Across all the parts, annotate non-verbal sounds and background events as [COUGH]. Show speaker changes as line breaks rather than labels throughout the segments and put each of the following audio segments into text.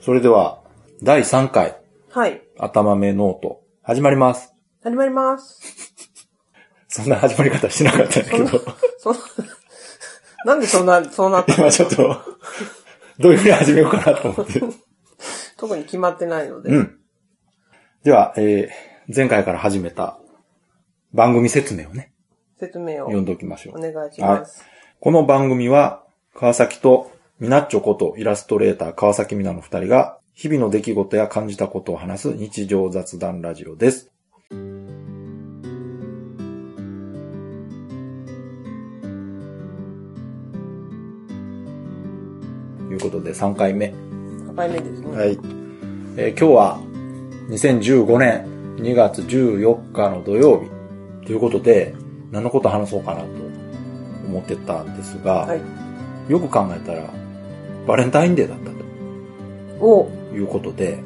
それでは、第3回、
はい。
頭目ノート、始まります。
始まります。
そんな始まり方してなかったんだけ [LAUGHS] ど、
そんなんでそんな、そう
[LAUGHS]
なった
今ちょっと、どういうふうに始めようかなと思って。
特に決まってないので。
うん。では、えー、前回から始めた番組説明をね、
説明を
読んでおきましょ
お
う。
願いします。
この番組は、川崎とミナッチョことイラストレーター川崎ミナの二人が、日々の出来事や感じたことを話す日常雑談ラジオです。ということで3回目。
3回目ですね。
はい。えー今日は2015年2月14日の土曜日ということで、何のこと話そうかなと思ってたんですが、
はい
よく考えたら、バレンタインデーだった
お
ということで、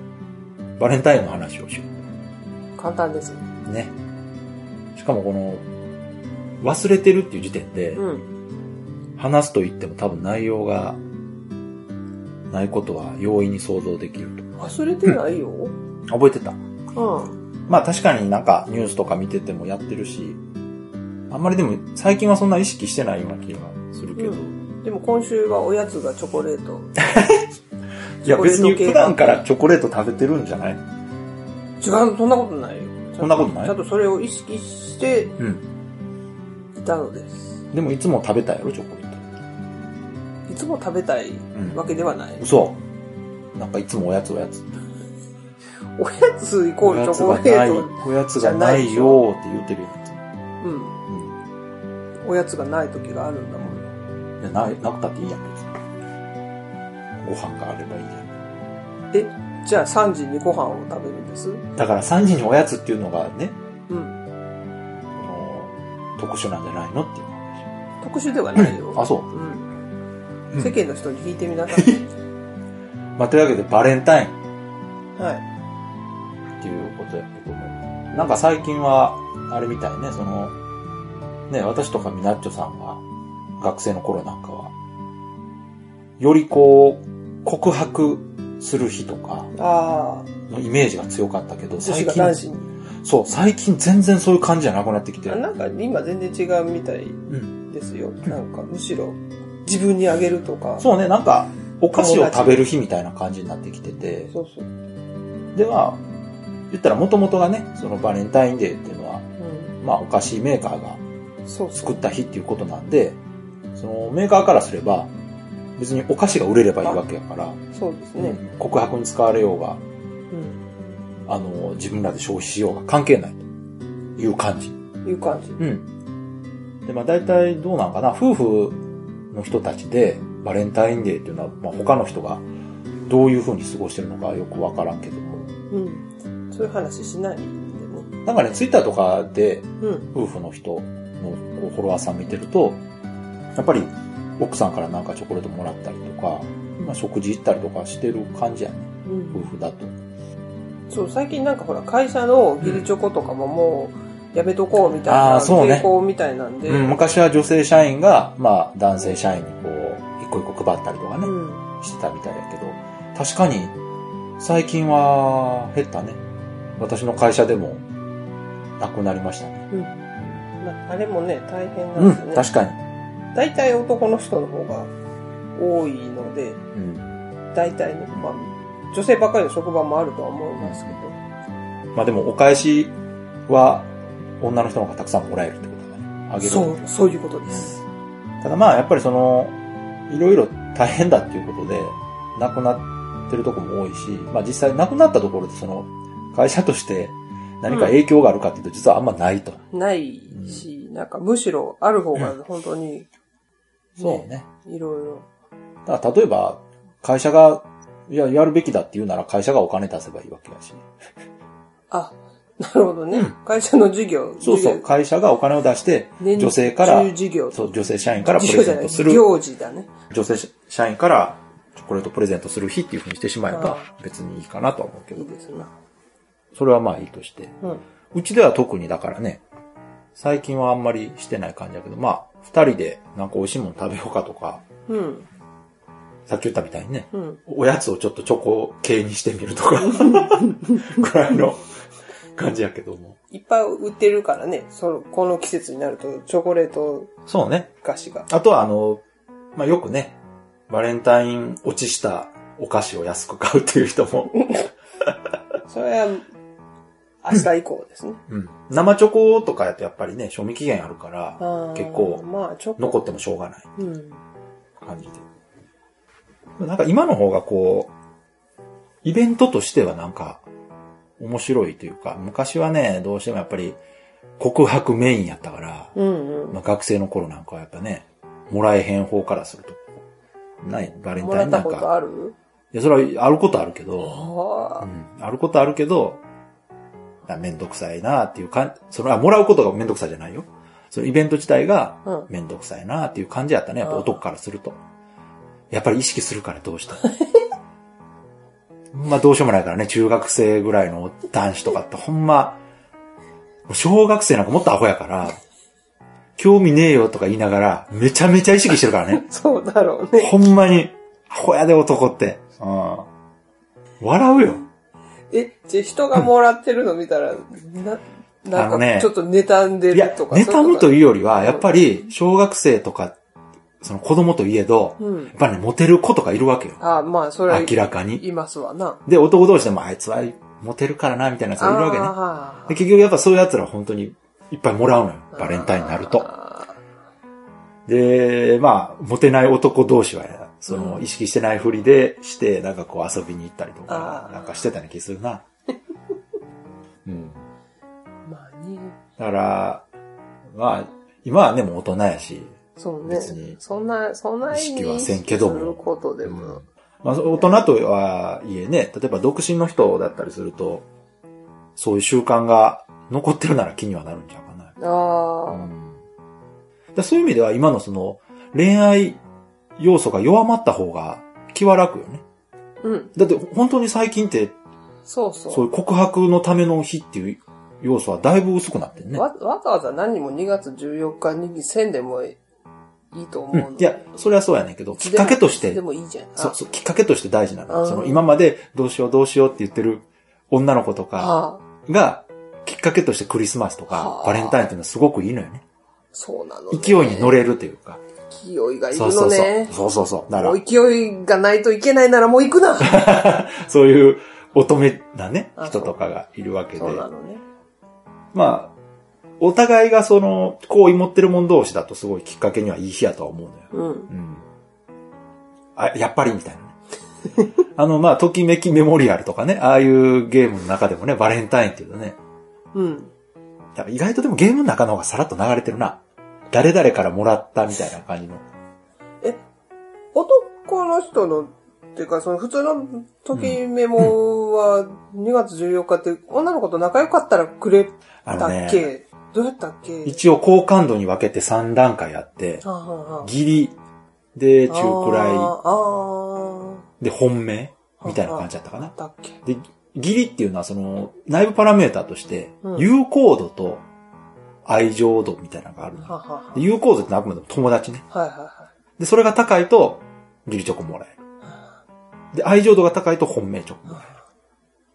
バレンタインの話をしよ
簡単です。
う。ね。しかもこの、忘れてるっていう時点で、
うん。
話すと言っても多分内容がないことは容易に想像できる
忘れてないよ。うん。
と。覚えてた
うん。
まあ確かになんかニュースとか見ててもやってるし、あんまりでも最近はそんな意識してないような気がするけど。
うでも今週はおやつがチョコレ
[LAUGHS]
ート。
いや
チョコレー
別
ト
に
系
普段からチョコレート食べてるんじゃない
違う、そんなことないよ。
そんなことない
ちゃんとそれを意識してい
うん。
たのです。
でもいつも食べたいやろ、チョコレー
いつも食べたい
ト。
わけではない。
嘘。なんかいつもおやつおやつ。
おやつイコールチョコレート。
おやつがない。おやつがないよーって言ってるよ。
うん。
う
おやつがない時があるんだも
ん。
ん。
いや、ない、なくたっていいやん、別に。ご飯があればいいやん。
じゃあ3時にご飯を食べるんです。
だから3時におやつっていうのがね、
うん。
あの特殊なんじゃないのっていう話。
特殊ではないよ。
あ、そう。
うん。
うん
世間の人に聞いてみなさい。
まあ、というわけでバレンタイン。
[LAUGHS] はい。
っていうことやけども。なんか最近は、あれみたいね、その、ね、私とかミナッチョさんは、学生の頃なんかは、よりこう、告白する日とか
ああ、
のイメージが強かったけど、
女子
最
が男
近、
子に。
そう、最近全然そういう感じじゃなくなってきて
あ
る。
なんか今全然違うみたい
ん
ですよ。なんかむしろ自分にあげるとか。
そうね、なんか、お菓子を食べる日みたいな感じになってきてて、
そうそう。う
では、言ったら元々がね、そのバレンタインデーっていうのは、
ん。
まあお菓子メーカーが
そうそ
作
う
っ。た日っていうことなんで、そのメーカーからすれば、別にお菓子が売れればいいわけやから、
そうですね。
うん告白に使われようが、
うん。
あの、自分らで消費しようが関係ないという感じ。
いう感じ。
うん。で、まあ大体どうなんかな、夫婦の人たちでバレンタインデーっていうのは、まあ他の人がどういう風に過ごしてるのかよくわからんけども、
うん。そういう話しないんでね。
なんかね、ツイッターとかで
うん。
夫婦の人のこうフォロワーさん見てると、やっぱり奥さんからなんかチョコレートもらったりとか、まあ、食事行ったりとかしてる感じやね。
う
夫
ん。
婦だと。
そう、最近なんかほら、会社の義理チョコとかももうやめとこうみたい
あ
な
ーそうね
傾向みたいなんで。
うん、昔は女性社員が、まあ、男性社員にこう、一個一個配ったりとか
う
ね、
ん。
してたみたいだけど、確かに、最近は減ったね。私の会社でも、なくなりましたね。
うんまあれもね、大変な
うんん
ですよ、ね。
確かに。
大体男の人の方が多いので、
うん。
大体ね、まあ、女性ばっかりの職場もあるとは思いますけど、
まあでも、お返しは、女の人の方がたくさんもらえるってことだね。あげる。
そう、そういうことです。
ただまあ、やっぱりその、いろいろ大変だっていうことで、亡くなってるとこも多いし、まあ実際亡くなったところでその、会社として何か影響があるかっていうと、実はあんまないと。
ないし、なんかむしろある方が本当に、
そうね。
いろいろ。
だから例えば、会社が、いや、やるべきだって言うなら会社がお金出せばいいわけだし。
あ、なるほどね。
うん
会社の事業、
そうそう。
事業
会社がお金を出して、
年
女性から
中、事業、
そう、女性社員からプ
事
レ
業じ
ゼ
ゃ
ン
な
ト
い、
する。
行事だね。
女性社員からチョコレートプレゼントする日っていうふうにしてしまえ
あ
ば、別にいいかなとは思うけ
い
ど
い、ですな。
それはまあいいとして。
うん。
うちでは特にだからね、最近はあんまりしてない感じだけど、まあ、二人でなんか美味しいもの食べようかとか、
うん。
さっき言ったみたいにね、
うん。
おやつをちょっとチョコ系にしてみるとか、ぐらいの感じやけども。
いっぱい売ってるからね、その、この季節になると、チョコレート
そうね。
菓子が。
あとはあの、まあ、よくね、バレンタイン落ちしたお菓子を安く買うっていう人も、
それは、明日以降ですね。
うん。生チョコとかやとやっぱりね、賞味期限あるから、
あー
結構
まあ、チョコ。
残ってもしょうがない
うん。
感じで。なんか今の方がこう、イベントとしてはなんか、面白いというか、昔はね、どうしてもやっぱり、告白メインやったから、
うんうん。
まあ、学生の頃なんかはやっぱね、もらえへん方からすると。ない、バレン
も
タ
ら
イン
っ
な
た
ん
こと
か。
ある
いや、それはあることあるけど、う
ああ。
ん、あることあるけど、あめんどくさいなっていうかん、その、あ、もらうことがめんどくさいじゃないよ。そのイベント自体が
うん
めんどくさいなっていう感じやったね、やっぱ
あー
男からすると。やっぱり意識するからどうしたまあどうしようもない [LAUGHS] からね、中学生ぐらいの男子とかってほんま、小学生なんかもっとアホやから、興味ねえよとか言いながら、めちゃめちゃ意識してるから [LAUGHS] ね。
そうだろうね。
ほんまに、アホやで男って。うん。笑うよ。
え、じゃあ人がもらってるの見たら、な、なん
あの
か、
ね
ちょっと妬んで
いや、
るとか。
妬むと
う
いうよりは、やっぱり、小学生とか、その子供といえど、
う。う
やっ。
ん
ぱりね、モテる子とかいるわけよ。
あまあ、それは、
明らかに。
いますわな。
で、男同士でも、あいつはモテるからな、みたいなやつがいるわけね。
わ
で、結局やっぱそういう奴ら本当にいっぱいもらうのよ。バレンタインになると。
あ
で、まあ、モテない男同士は、そうの、
ん
意識してないふりでして、なんかこう遊びに行ったりとか
あ、ー
なんかしてたような気する
[LAUGHS]
な。うん。
ーまあね。
だから、まあ、今はね、もう大人やし、
そうね。
別に
そんな、そんな
意識はせんけども
することで
う
も
ん。まあ、大人とはいえね、例えば独身の人だったりすると、そういう習慣が残ってるなら気にはなるんちゃうかな。
ああ、
うん、だからそういう意味では今のその恋愛要素が弱まった方が気は楽よね。
うん。
だって本当に最近って
そうそう。
そういう告白のための日っていう要素はだいぶ薄くなってるね。
わわざわざ何も2月14日にせんでもいいと思うの、
うん、いや、それはそうやねんけど、き
つ
っ
でも
かけとし
いつで
て、
もいいじゃん。
そう
あ
そう、きっかけとして大事なの
う
よ。
ん
その今までどうしようどうしようって言ってる女の子とか、
あ
が、きっかけとしてクリスマスとか
は、あ
バレンタインっていうのはすごくいいのよね。
そうなの、
勢いに乗。れるというか。
勢いがいる
そうそ
の
うそう
ね。。
そうそうそう。だか
も
ら
う、勢いがないといけないならもう行くな
そういう乙女なね、
あ
人とかがいるわけで
そ。うなのね。
まあ、お互いがその、好意持ってる者同士だとすごいきっかけにはいい日やとは思うのよ。
うん。
うん。あ、やっぱりみたいなね。
[LAUGHS]
あの、まあ、ときめきメモリアルとかね、ああいうゲームの中でもね、バレンタインっていうのね、
うん。
だから意外とでもゲームの中の方がさらっと流れてるな。誰々からもらったみたいな感じの。
男の人の、っていうか、その普通の時メモは2月14日って女の子と仲良かったらくれ
あ
た
の
っ
ね、
けどうやったっけ
一応好感度に分けて3段階あって、
はあはあはあ
ギリ、で、中くら
あーあ
い、で、本命みたいな感じだったかな
ー、。だっけ
で、ギリっていうのはその、内部パラメーターとして
う、ん
友好度と愛情度みたいなのがあるの
はあ
よ。
はあは
で友好度ってのはあくまでも友達ね。
あはいはいはい。
で、それが高いと、ギリチョコもらえる。で、愛情度が高いと本命チョコもらえ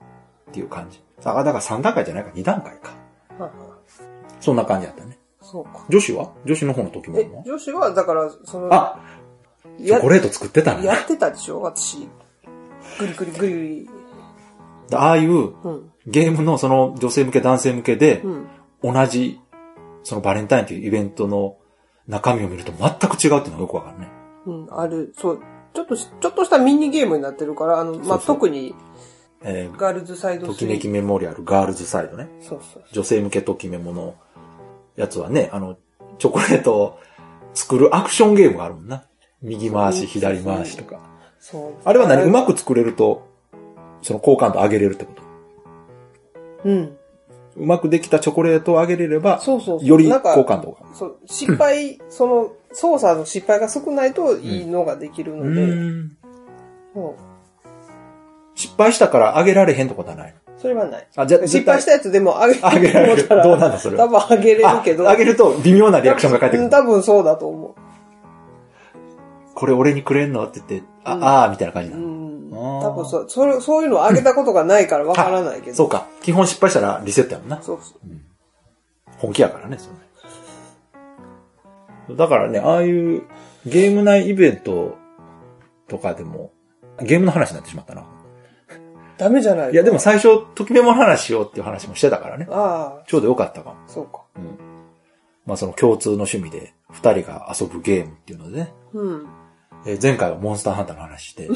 る。っていう感じ。あ、だから3段階じゃないか、2段階か。
は
そんな感じだったね。
あそうか。
女子は女子の方の時も
え、女子は、だから、その、
あ、チョ
や
コレート作ってたね。
やってたでしょ私。ぐりぐりぐりぐり。
ああいう
うん。
ゲームのその女性向け男性向けで、
うん。
同じ、そのバレンタインというイベントの中身を見ると全く違うっていうのがよくわかるね。
うん。ある、そう。ちょっとし、ちょっとしたミニゲームになってるから、あの、まあ、
そうそう
特に、
えー
ガールズサイド
と
ス
き
リー
めきメモリアルガールズサイドね。
そうそう
女性向けときメモのやつはね、あの、チョコレートを作るアクションゲームがあるもんな。右回し、左回しとか。
そう。そう
あれは何うま
く
く作れると、その好感度上げれるってこと。
うん。
うまくできたチョコレートを上げれれば、
そうそうそう。
より
なんか
好感度が。
そう、失敗、その、操作の失敗が少ないといいのができる
う
ので、
ーん
そう
失敗したから上げられへんってことはない。
それはない。
あ、じゃあ
失敗したやつでもあげ
あげられる
たら
どうなんだそれは
多分あげれるけど。
あ上げると微妙なリアクションが返ってく
う
る
ん。多分そうだと思
これ俺にくれんのって言って、あ、
うん
あーみたいな感じ
う
なの。
ん。
あー
多分そ、それ、そういうのをあげたことがないからわからないけど。
そうか。基本失敗したらリセットやもんな。
そうそう。
本気やからね、それ。だからね、ああいうゲーム内イベントとかでも、ゲームの話になってしまったな。
ダメじゃない
いや、でも最初、ときメモの話しようっていう話もしてたからね。
ああ、
ちょうどよかったかも。
そうか。
うん。まあその共通の趣味で、二人が遊ぶゲームっていうのでね。
うん。
えー前回はモンスターハンターの話
[LAUGHS]
して、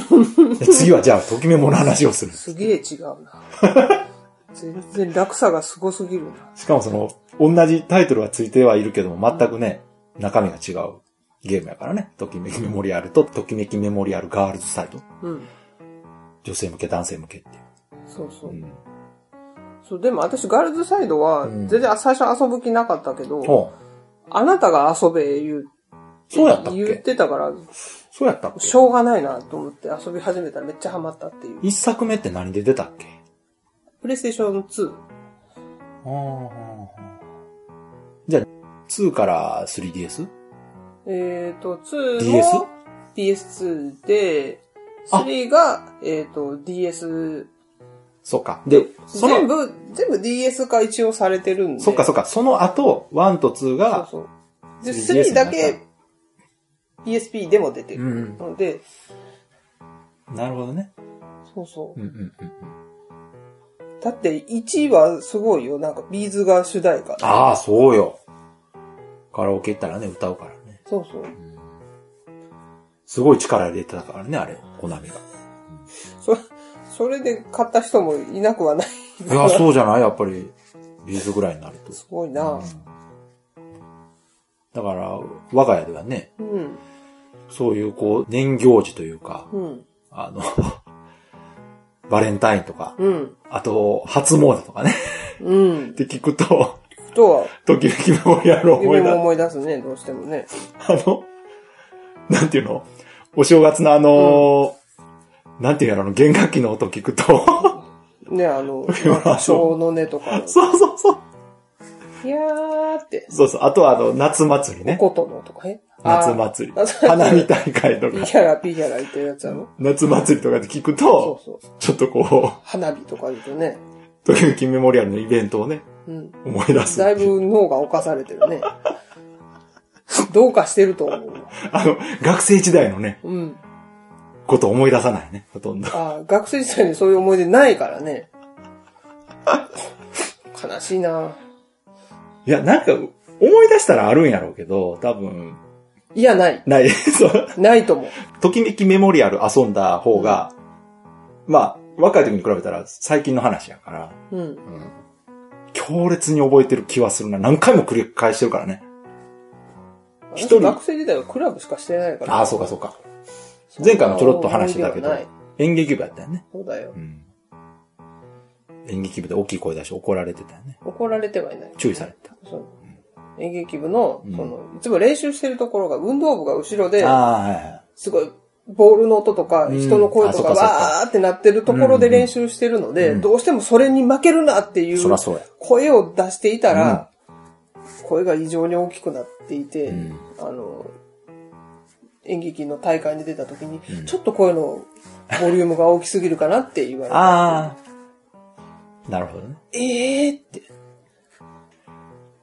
で次はじゃあ、ときメモの話をする。
すげえ違
[LAUGHS]
うな。全然落差がすごすぎるな。
しかもその、同じタイトルはついてはいるけども、全くね、中身が違うゲームやからね。ときめきメモリアルと、ときめきメモリアルガールズサイト。
うん。
女性向け、男性向けっていう。
そうそうう。
ん。
そう、でも私、ガールズサイドは、
うん
全然最初遊ぶ気なかったけど、
ほう
あなたが遊べ言う、
そうやったっ
言っ
け
てたから、
そうやったっけ
しょうがないなと思って遊び始めたらめっちゃハマったっていう。
一作目って何で出たっけ
プレイステーション2。
あーじゃあ、2から 3DS?
えっ、ー、と、2
DS？
も PS2 で、
あ
3が、えっ、ー、と、DS、
そうか。で、そ
全
の、
部、全部 DS 化一応されてるんで。
そっかそっか。その後、1と2が、
そうそう。で、
3DS
3だ
になっ
け PSP でも出て
う
る。
ん
ので、
うん。なるほどね。
そうそ
うんうんうん。
う。だって1はすごいよ。なんかビーズが主題歌。
ああ、そうよ。カラオケ行ったらね、歌うからね。
そうそう。
すごい力入れてたからね、あれ、コナミが。
そ、それで買った人もいなくはない。
い [LAUGHS] や、そうじゃないやっぱり、ビーズぐらいになると。
[LAUGHS] すごいな
だから、我が家ではね、
うん。
そういうこう、年行事というか、
うん。
あの、 [LAUGHS] バレンタインとか、
うん。
あと、初詣とかね、
うん
っ。て聞くと、
とは、
ときめきメモリアルを思い
夢
出
も
す。
思い出すね、どうしてもね。
あの、なんていうのお正月のあの、なんていうのあの、弦楽器の音聞 [LAUGHS] くと、
ね、あの、 [LAUGHS]
は [LAUGHS] そう
小の音と [LAUGHS] か。
そうそうそう。
いやーって。
そうそう。あとはあの、夏祭りね。
おことのとかね。
夏祭
あ
り。
ー
花見大会と
ピー
か、
[LAUGHS] ヒャラピーヒャラ言ってるやつやろ。
夏祭りとかで聞く
そ
と、
うそう。
ちょっとこ
花火とか言うとね。
う、ときめきメモリアルのイベントをね、
うん。
思い出す。
だいぶ脳が侵されてるね。 [LAUGHS] どうかしてると思うわ。
あの、学生時代のね、
うん。
ことを思い出さないね、ほとんど。
ああ、学生時代にそういう思い出ないからね。悲しいない
や、なんか、思い出したらあるんやろうけど、多分、
いや、ない。
ない。 [LAUGHS] そう。
ないと思う。
ときめきメモリアル遊んだ方が、まあ、若い時に比べたら最近の話やから、
うん。
強烈に覚えてる気はするな。何回も繰り返してるからね。一人
私学生時代はクラブしかしてないから。
ああ、そうかそうか。前回もちょろっと話してたけど
思い出はない、
演劇部やったよね。
そうだよ
う。ん。演劇部で大きい声出して怒られてたよね。
怒られてはいない。
注意されてた。
そう演劇部の、
うん
その、いつも練習してるところが、運動部が後ろで、
ああ、はいはい。
すごい、ボールの音とか、
うん
人の声とか、
あそうかそうか
わーってなってるところで練習してるので、どうしてもそれに負けるなっていう
そらそうや
声を出していたら、声が異常に大きくなっていて、
ん
あの、演劇の大会に出た時に、ちょっと声のボリュームが大きすぎるかなって言われて、
ああ。なるほどね。
えーって。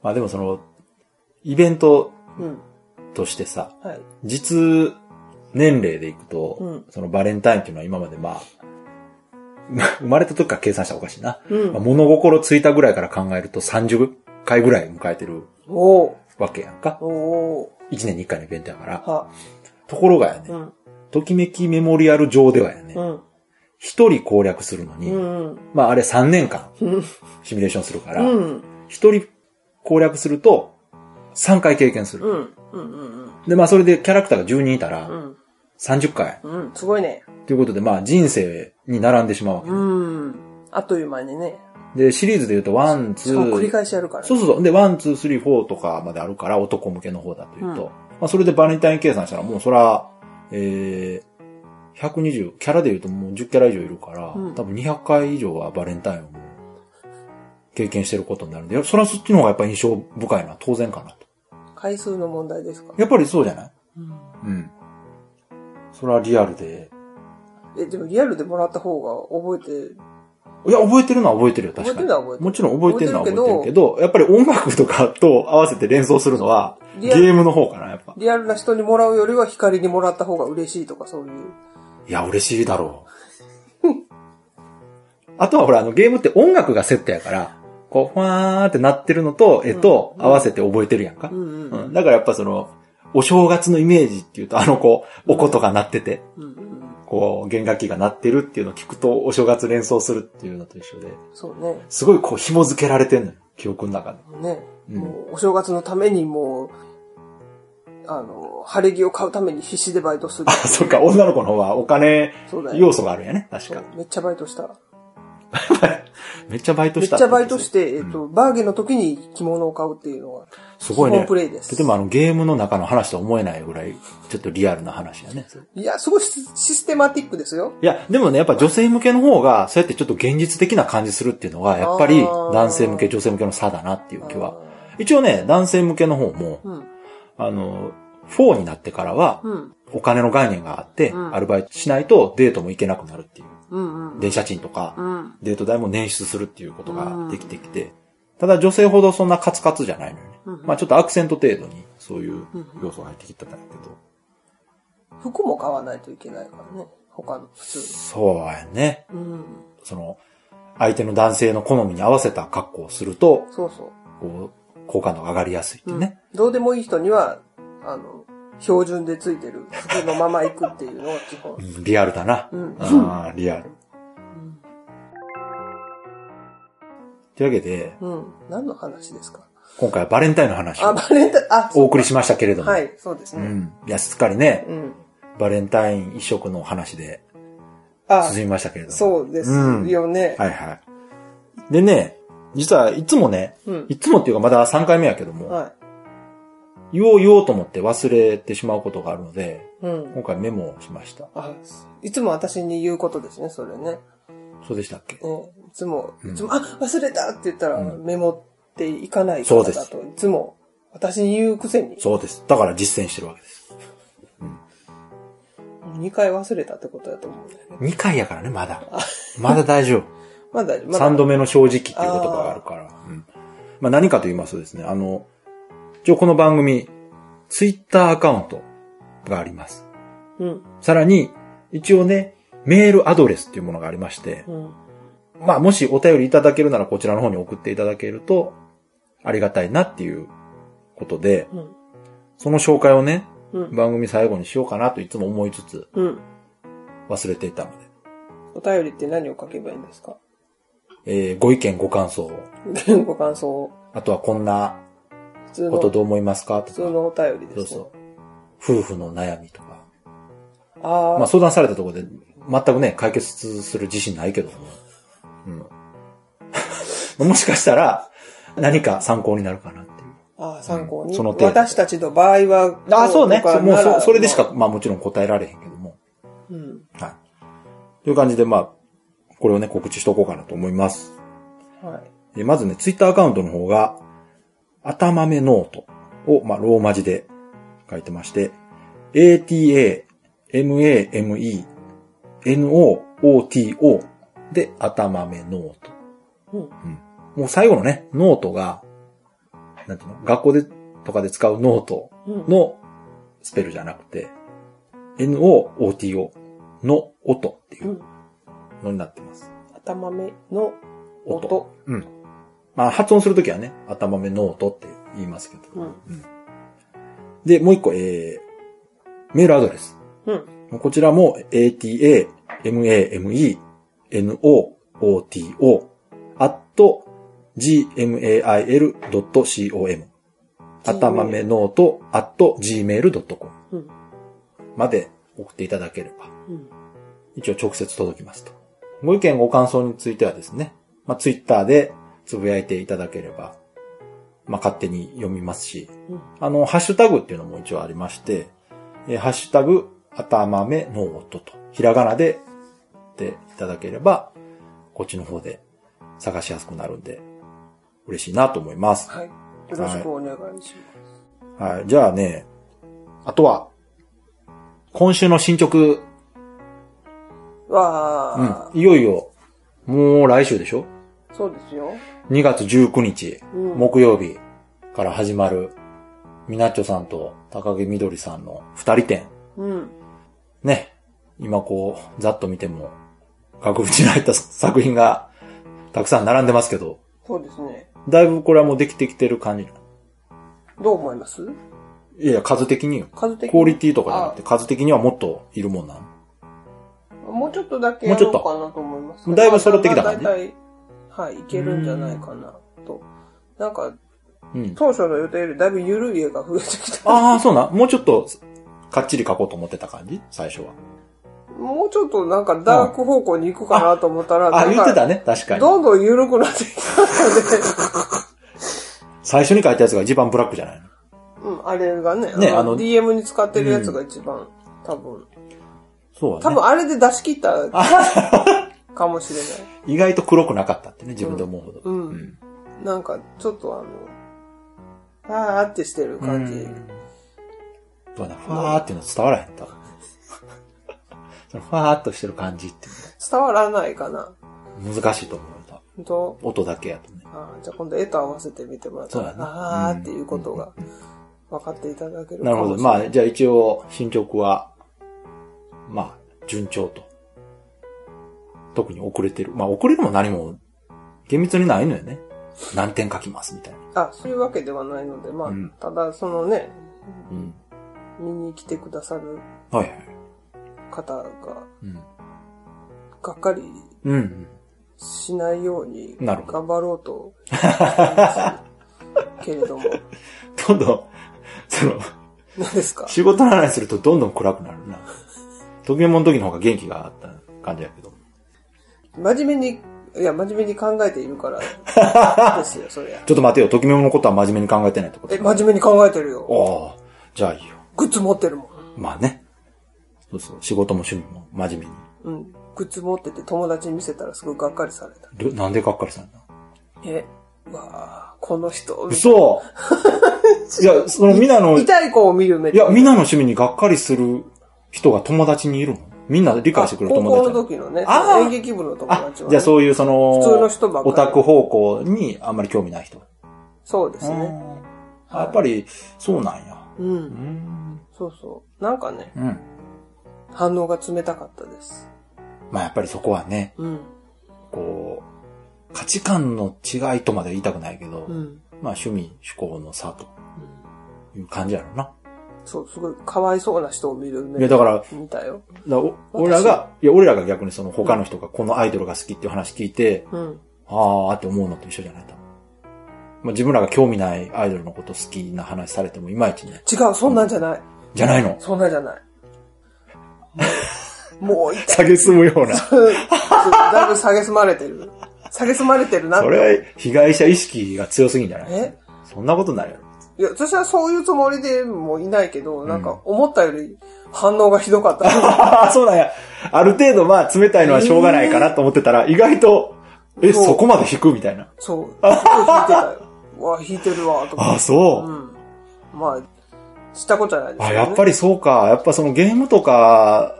まあでもその、イベント
うん。
としてさ、
はい。
実年齢でいくと、
うん
そのバレンタインっていうのは今までまあ、 [LAUGHS] 生まれた時から計算したらおかしいな。
うん
まあ物心ついたぐらいから考えると30回ぐらい迎えてる
おー。
わけやんか。
お
1年に1回のイベントやから
ー。。は。
ところがやね、
うん。
ときめきメモリアル上ではやね
う、ん。
一、人攻略するのに、
うん。うん
まああれ3年間
うん。
シミュレーションするか
う
ら、
ん。
一、人攻略すると3回経験する。
うん。うん。うん。
で、まあそれでキャラクターが10人いたら
うん。
30回。
うん。すごいね。
ということで、まあ人生に並んでしまうわけ。
うん。あっという間にね。
で、シリーズで言うと、ワン、ツ
しかも繰り
ー、
返しやるからね。
そうそうそう。で、ワン、ツー、スリー、フォーとかまであるから、男向けの方だというと。まあ、それでバレンタイン計算したら、もうそら、えー、120、キャラで言うともう10キャラ以上いるから、
うん
多分200回以上はバレンタインをもう経験してることになるんで、いやそらそっちの方がやっぱ印象深いのは当然かなと。
回数の問題ですか
やっぱりそうじゃない
うん。
うん。それはリアルで。
え、でもリアルでもらった方が覚えて、
いや、覚えてるのは覚えてるよ、確かに。
覚えてるのは覚えてる
もちろん覚えてるのは覚えてる
覚えて
け
る
ど、やっぱり音楽とかと合わせて連想するのは、
リ
ゲ
アル
ームの方かな、やっぱ。
リアルな人にもらうよりは光にもらった方が嬉しいとかそういう。
いや、嬉しいだろう。 [LAUGHS] あとはほら、あのゲームって音楽がセットやから、こう、ふわーってなってるのと、絵と合わせて覚えてるやんか。
うんうん。
うんだからやっぱその、お正月のイメージっていうと、あのこう、おことが鳴ってて、
うんうん。
こう、弦楽器が鳴ってるっていうのを聞くと、お正月連想するっていうのと一緒で、
そうね。
すごいこう、紐付けられてんのよ、記憶の中で。 [LAUGHS]
ね、
うん
もうお正月のためにもう、あの、晴れ着を買うために必死でバイトする
あ、。そっか、女の子の方はお金
そうだよ
要素があるんやね、確
そ
か
う。めっちゃバイトした。
めっちゃバイト
めっ
し
ち
た。
ゃバイトし。て、えっと、バーゲンの時に着物を買うっていうのは、
すごい
基
ね。
本プレイです
とてもあの、ゲームの中の話とは思えないぐらい、ちょっとリアルな話やね。
いや、すごいシスシステマティックですよ。
いや、でもね、やっぱ女性向けの方が、そうやってちょっと現実的な感じするっていうのが、やっぱり
あー
男性向け、女性向けの差だなっていう気は。一応ね、男性向けの方も、
うん。
あの、4になってからは、
うん。
お金の概念があって、
うん
アルバイトしないとデートも行けなくなるっていう。
うんうん。
電車賃とか
う、ん。
デート代も捻出するっていうことができてきて、ただ女性ほどそんなカツカツじゃないのよね。
うん
まあちょっとアクセント程度にそういう要素が入ってきてたんだけど。
服も買わないといけないからね。他の普通
そうやね。
の。うん。
その、相手の男性の好みに合わせた格好をすると、
そうそう。
こう、好感度が上がりやすいって
うん
ね。
どうでもいい人には、あの、標準でついてる服のまま行くっていうのが基本
う。んリアルだな。
うん
あーリアル。
うん
というわけで、
うん。何の話で
[LAUGHS]
すか
今回はバレンタインの話
あ、
を
バレンタイン、あ、
お送りしましたけれども。
はい、そうです
う
ね。
ん。いや、すっかりね、
うん。
バレンタイン一色の話で
あ、
進みましたけれども。
そうです
うん
よね。
はいはい。でね、実はいつもね、
うん。
いつもっていうかまだ3回目やけども、
は
言おう言おうと思って忘れてしまうことがあるので、
い。うん。
今回メモをしました。
あ、いつも私に言うことですね、それね。
そうでしたっけ
えいつも、
うん
いつも、あ、忘れたって言ったら、
う
メモっていかない
そう
方
です
だと、いつも、私に言うくせに、
そうです。だから実践してるわけです。
2回忘れたってことだと思うんだよね。
2回やからね、まだ。まだ大丈夫。
まだ、 [LAUGHS] まだ。
3度目の正直っていう言葉があるから。うんまあ何かと言いますとですね、あの、一応この番組、ツイッターアカウントがあります。
うん。
さらに、一応ね、メールアドレスっていうものがありまして、
うん。
まあ、もしお便りいただけるならこちらの方に送っていただけるとありがたいなっていうことで、
うん。
その紹介をね、
うん。
番組最後にしようかなといつも思いつつ
うん。
忘れていたので、
お便りって何を書けばいいんで
[LAUGHS]
すか
えーご意見ご感想、
ご感想を。
あとはこんな
普通
こと
の、
どう思いますかと
普
か
通、のお便りです
そ
ね。
うそう、夫婦の悩みとか、
ああ、
まあ相談されたところで全くね、解決する自信ないけども、うん。 [LAUGHS] もしかしたら何か参考になるかなっていう。
ああ、参考に。
その程度
私たちの場合は、
あ、そうね。
とか
もう
な
そ
ら
それでしか、、まあもちろん答えられへんけども。
うん。
はい。という感じで、まあ、これをね、告知しておこうかなと思います。
はい。
えまずね、ツイッターアカウントの方が、頭目ノートを、まあ、ローマ字で書いてまして、ata, mame, no, oto で、頭目ノート。
うん。
もう最後のね、ノートが、なんていうの学校で、とかで使うノート
うん。
のスペルじゃなくて、nooto の音っていう
うん。
のになってます。
頭目の音。
音。うん。まあ発音するときはね、頭目ノートって言いますけど。
うん。
で、もう一個、えー、メールアドレス。
うん。
こちらも ata, mame, nooto, at gmail.com。頭目ノート at gmail.com
うん。
まで送っていただければ。
うん。
一応直接届きますと。ご意見ご感想についてはですね、まあ、ツイッターでつぶやいていただければ、まあ、勝手に読みますし、
うん
あの、ハッシュタグっていうのも一応ありまして、えーハッシュタグ、頭目ノートと、ひらがなで言っていただければ、こっちの方で探しやすくなるんで、嬉しいなと思います。
はい。よろしくお願いします。
はい、じゃあね、あとは、今週の進捗、うん。
わあ、
いよいよ、もう来週でしょ
そうですよ。
?2 月19日、
うん
木曜日から始まる、ミナッチョさんと高木みどりさんの二人展。
うん。
ね。今こう、ざっと見ても、額縁に入った作品が、たくさん並んでますけど、
そうですね。
だいぶこれはもうできてきてる感じ。
どう思います
いやいや、数的によ。
数的に
クオリティとかじゃなくて、数的にはもっといるもんなん。
もうちょっとだけ
も
や
うちょ
ろ
っ
う
と
かなと思いますけど。
だいぶ揃ってきたからね
まあまあ大体、はい、いけるんじゃないかなと。なんか、
うん。
当初の予定よりだいぶ緩い絵が増えてきた。
ああ、そうなん。もうちょっと、かっちり書こうと思ってた感じ最初は。
もうちょっとなんかダーク方向に行くかなと思ったら、
あ、
なん
言
か
ってたね。確かに。
どんどん緩くなってきたの
最初に書いたやつが一番ブラックじゃないの。
で、 [LAUGHS] うん、あれがね、
ね
あ
あの
の DM に使ってるやつが一番、多分、
そう
多
だね。
分あれで出し
[LAUGHS]
切ったかもしれない。
意外と黒くなかったってね、自分で思うほど。
うん
うん。
なんか、ちょっとあの、あーってしてる感じ。
うんどうやな、ふわーっていうの伝わらへん、
[LAUGHS]
多分。そのふわーっとしてる感じっていう
伝わらないかな。
の難しいと思うよ、多分
本当
音だけやとね。
あーじゃあ今度絵と合わせてみてもらった
そう
ら、
だね
あーっていうことが分かっていただける
なるほど。まあ、じゃあ一応、進捗は、まあ、順調と。特に遅れてる。まあ、遅れるも何も、厳密にないのよね。何点書きます、みたいな。
あ、あ、そういうわけではないので、まあ、
うん
ただそのね、
うん。
見に来てくださる
はいはい。
方が、
うん。
がっかり
うん。 [LAUGHS]
しないように、
なるほど
頑張ろ
[LAUGHS]
うと、ますけれども、
どんどん、その、
何ですか
仕事の話するとどんどん暗くなるな。ドキュメモの時の方が元気があった感じやけど。
真面目に、いや、真面目に考えてい
[LAUGHS]
るから、ですよ、そりゃ。
ちょっと待てよ、ドキュメモのことは真面目に考えてないってこと
え、真面目に考えてるよ。
ああ、じゃあいいよ。
グッズ持ってるもん。
まあね。そうそう、仕事も趣味も真面目に。
うん。グッズ持ってて友達に見せたらすごいがっかりされた。
どなんでがっかりさんだ
え、うわあこの人、
[LAUGHS] 嘘いや、そのみんなの、い
痛い子を見る目で
や、みんなの趣味にがっかりする人が友達にいるのみんな理解してくれる
高
友
校の
達なの
時のね、
あー
その演劇部の友
あ、
達は、ね。
じゃあそういうその、
普通の人ばっか
オ
り
タク方向にあんまり興味ない人。
そうですね。
うんあやっぱり、そうなんや。
うん、
うん。
そうそう。なんかね、
うん。
反応が冷たかったです。
まあやっぱりそこはね、
うん。
こう、価値観の違いとまでは言いたくないけど、
うん。うん
まあ趣味、趣向の差という感じやろうな。
そう、すごい、かわいそうな人を見る目
いやだから、
見たよ。
だからお俺らが、いや、俺らが逆にその他の人がこのアイドルが好きっていう話聞いて、
うん。
あーって思うのと一緒じゃないと。まあ、自分らが興味ないアイドルのこと好きな話されてもいまいちね。
違う、そんなんじゃない。
じゃないの。
そんなんじゃない。もう痛い。
下げすむような。
だいぶ下げすまれてる。下げすまれてるなっ
そ
て。
れは被害者意識が強すぎんじゃない
え
そんなことないよ。
いや、私はそういうつもりでもいないけど、なんか思ったより反応がひどかった。
[LAUGHS] ああ、そうなんや。ある程度まあ冷たいのはしょうがないかなと思ってたら、意外と、え、
そう
そこまで引くみたいな。
そう。すごい引いてたよ。うわ、引いてるわ、と
あ
か
あ、。そうう。
ん。まあ、知ったことじゃないです
あ、
よ、
や
ね。
っぱりそうか。やっぱそのゲームとか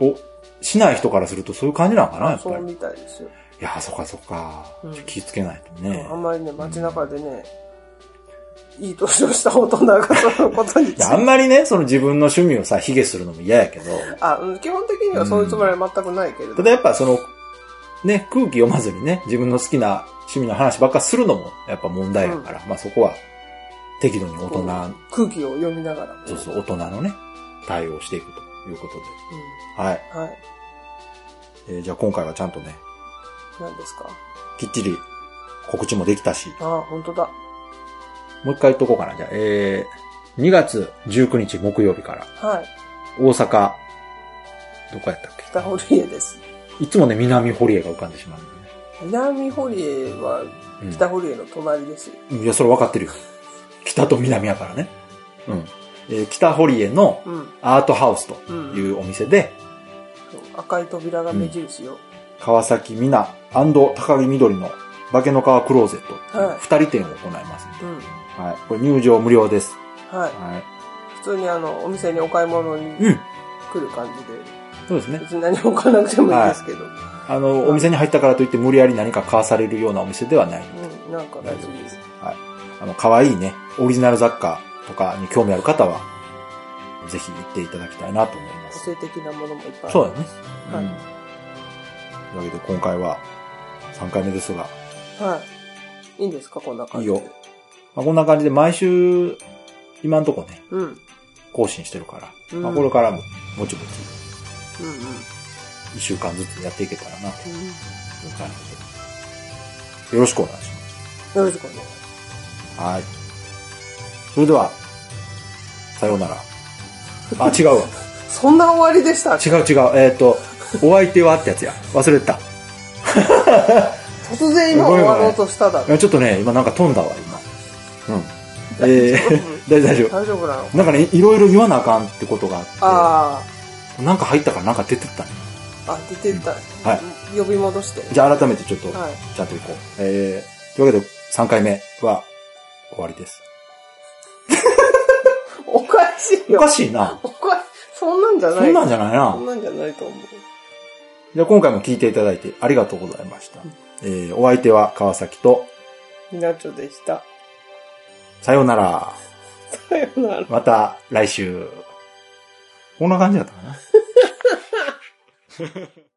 をしない人からするとそういう感じなのかな、やっぱ
そう
り。い
みたいですよ。
や、そっかそっか
うん。
気ぃつけないとね。
あんまりね、街中でね、いい年をした大人がそのことに
いやあんまりね、その自分の趣味をさ、卑下するのも嫌やけど、
あ、うん基本的にはそういうつもりは全くないけれ
た
ど。
だやっぱその、ね、空気読まずにね、自分の好きな趣味の話ばっかするのも、やっぱ問題やから、まあそこは、適度に大人、
空気を読みながら。
そうそう、大人のね、対応していくということで。はい。
うん。はい。
えーじゃあ今回はちゃんとね、
何ですか
きっちり告知もできたし、
ああ、本当だ。
もう一回言っとこうかな。じゃあ、えー、2月19日木曜日から、
はい。
大阪、どこやったっけ
北堀江です。
いつもね、南堀江が浮かんでしまうんだよね。
南堀江は
うん
北堀江の隣ですよ。
いや、それ分かってるよ。北と南やからね。うん。えー北堀江の
うん。
アートハウスと
うん。
いうお店で、
そう赤い扉が目印よ。
川崎みな高木みどりの化けの皮クローゼット、
はい
二人展を行いますんで。
うん。
はい。これ入場無料です。
はい。
はい。
普通にあの、お店にお買い物
う
に
ん。
来る感じで、
そうですね。
別に何も買わなくてもいいですけど、
あの、お店に入ったからといって無理やり何か買わされるようなお店ではない。
うん、なんか
大
別
丈夫
に
です。はい。あの、可愛いね、オリジナル雑貨とかに興味ある方は、ぜひ行っていただきたいなと思いま
個
す。
性的なものもいっぱいある
そうだね。
はい
うん。というわけで今回は3回目ですが、
はい。いいんですかこんな感
いい
じで。
よ。まあ、こんな感じで毎週、今んとこね、
うん。うん
更新してるから、
うん
まあ、これからも、もちも
うん。うん
ち、1週間ずつやっていけたらな、という感じで。よろしくお願いします。
よろしくお願いし
はい。それでは、さようなら。あ、違う
[LAUGHS]
わ。
ます。そんな終わりでした
違う違う。えっ、と、お相手はってやつや。忘れてた。
突然今終わろうとしただろ。
いやちょっとね、今なんか飛んだわ、今。
[LAUGHS]
うん。えー、 [LAUGHS] 大丈夫、大丈
大丈夫なの
夫。なんかね、いろいろ言わなあかんってことがあっ
あ
て、なんか入ったからなんか出てったね。
あ、あ、出てった。
は
呼び戻して。
じゃあ改めてちょっと、
はい。
ちゃんと行こう。えー、というわけで、3回目は終わりです。
おかしい
お
よ。
かしいな。
おかしい。そんなんじゃ
そ
ない。
んなんじゃないな
そん。なんじゃないと思う。
じゃあ今回も聞いていただいてありがとうございました。えー、お相手は川崎と、
みなちょでした。
さようなら。
さよなら。
また来週。こんな感じだったかな。